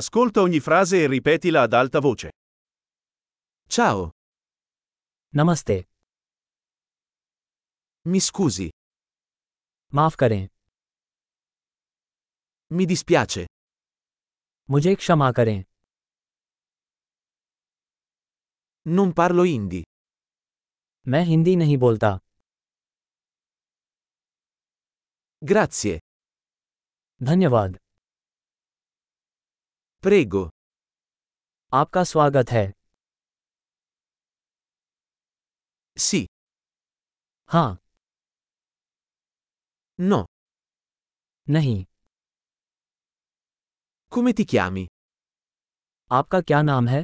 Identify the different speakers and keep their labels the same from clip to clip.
Speaker 1: Ascolta ogni frase e ripetila ad alta voce. Ciao,
Speaker 2: नमस्ते
Speaker 1: mi scusi,
Speaker 2: माफ करें
Speaker 1: mi dispiace,
Speaker 2: मुझे क्षमा करें
Speaker 1: non parlo hindi,
Speaker 2: मैं हिंदी नहीं बोलता
Speaker 1: grazie,
Speaker 2: धन्यवाद
Speaker 1: prego,
Speaker 2: आपका स्वागत है
Speaker 1: sì,
Speaker 2: हाँ
Speaker 1: no,
Speaker 2: नहीं
Speaker 1: come ti chiami?
Speaker 2: आपका क्या नाम है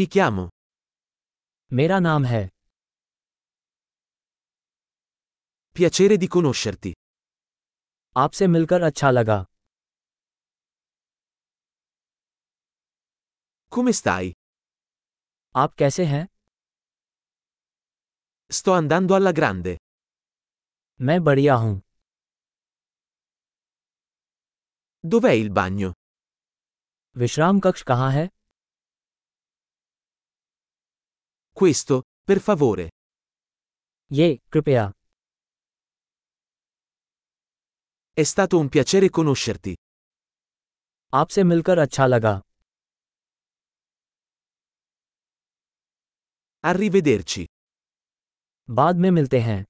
Speaker 1: Mi chiamo,
Speaker 2: मेरा नाम है
Speaker 1: piacere di conoscerti,
Speaker 2: आपसे मिलकर अच्छा लगा
Speaker 1: come stai?
Speaker 2: आप कैसे हैं
Speaker 1: Sto andando alla grande,
Speaker 2: मैं बढ़िया हूँ
Speaker 1: dov'è il bagno?
Speaker 2: विश्राम कक्ष कहाँ है
Speaker 1: Questo, per favore,
Speaker 2: ये कृपया
Speaker 1: è stato un piacere conoscerti,
Speaker 2: आपसे मिलकर अच्छा लगा
Speaker 1: arrivederci,
Speaker 2: बाद में मिलते हैं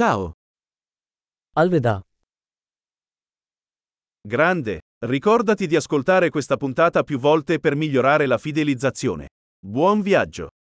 Speaker 1: ciao.
Speaker 2: अलविदा
Speaker 1: Grande, ricordati di ascoltare questa puntata più volte per migliorare la fidelizzazione. Buon viaggio!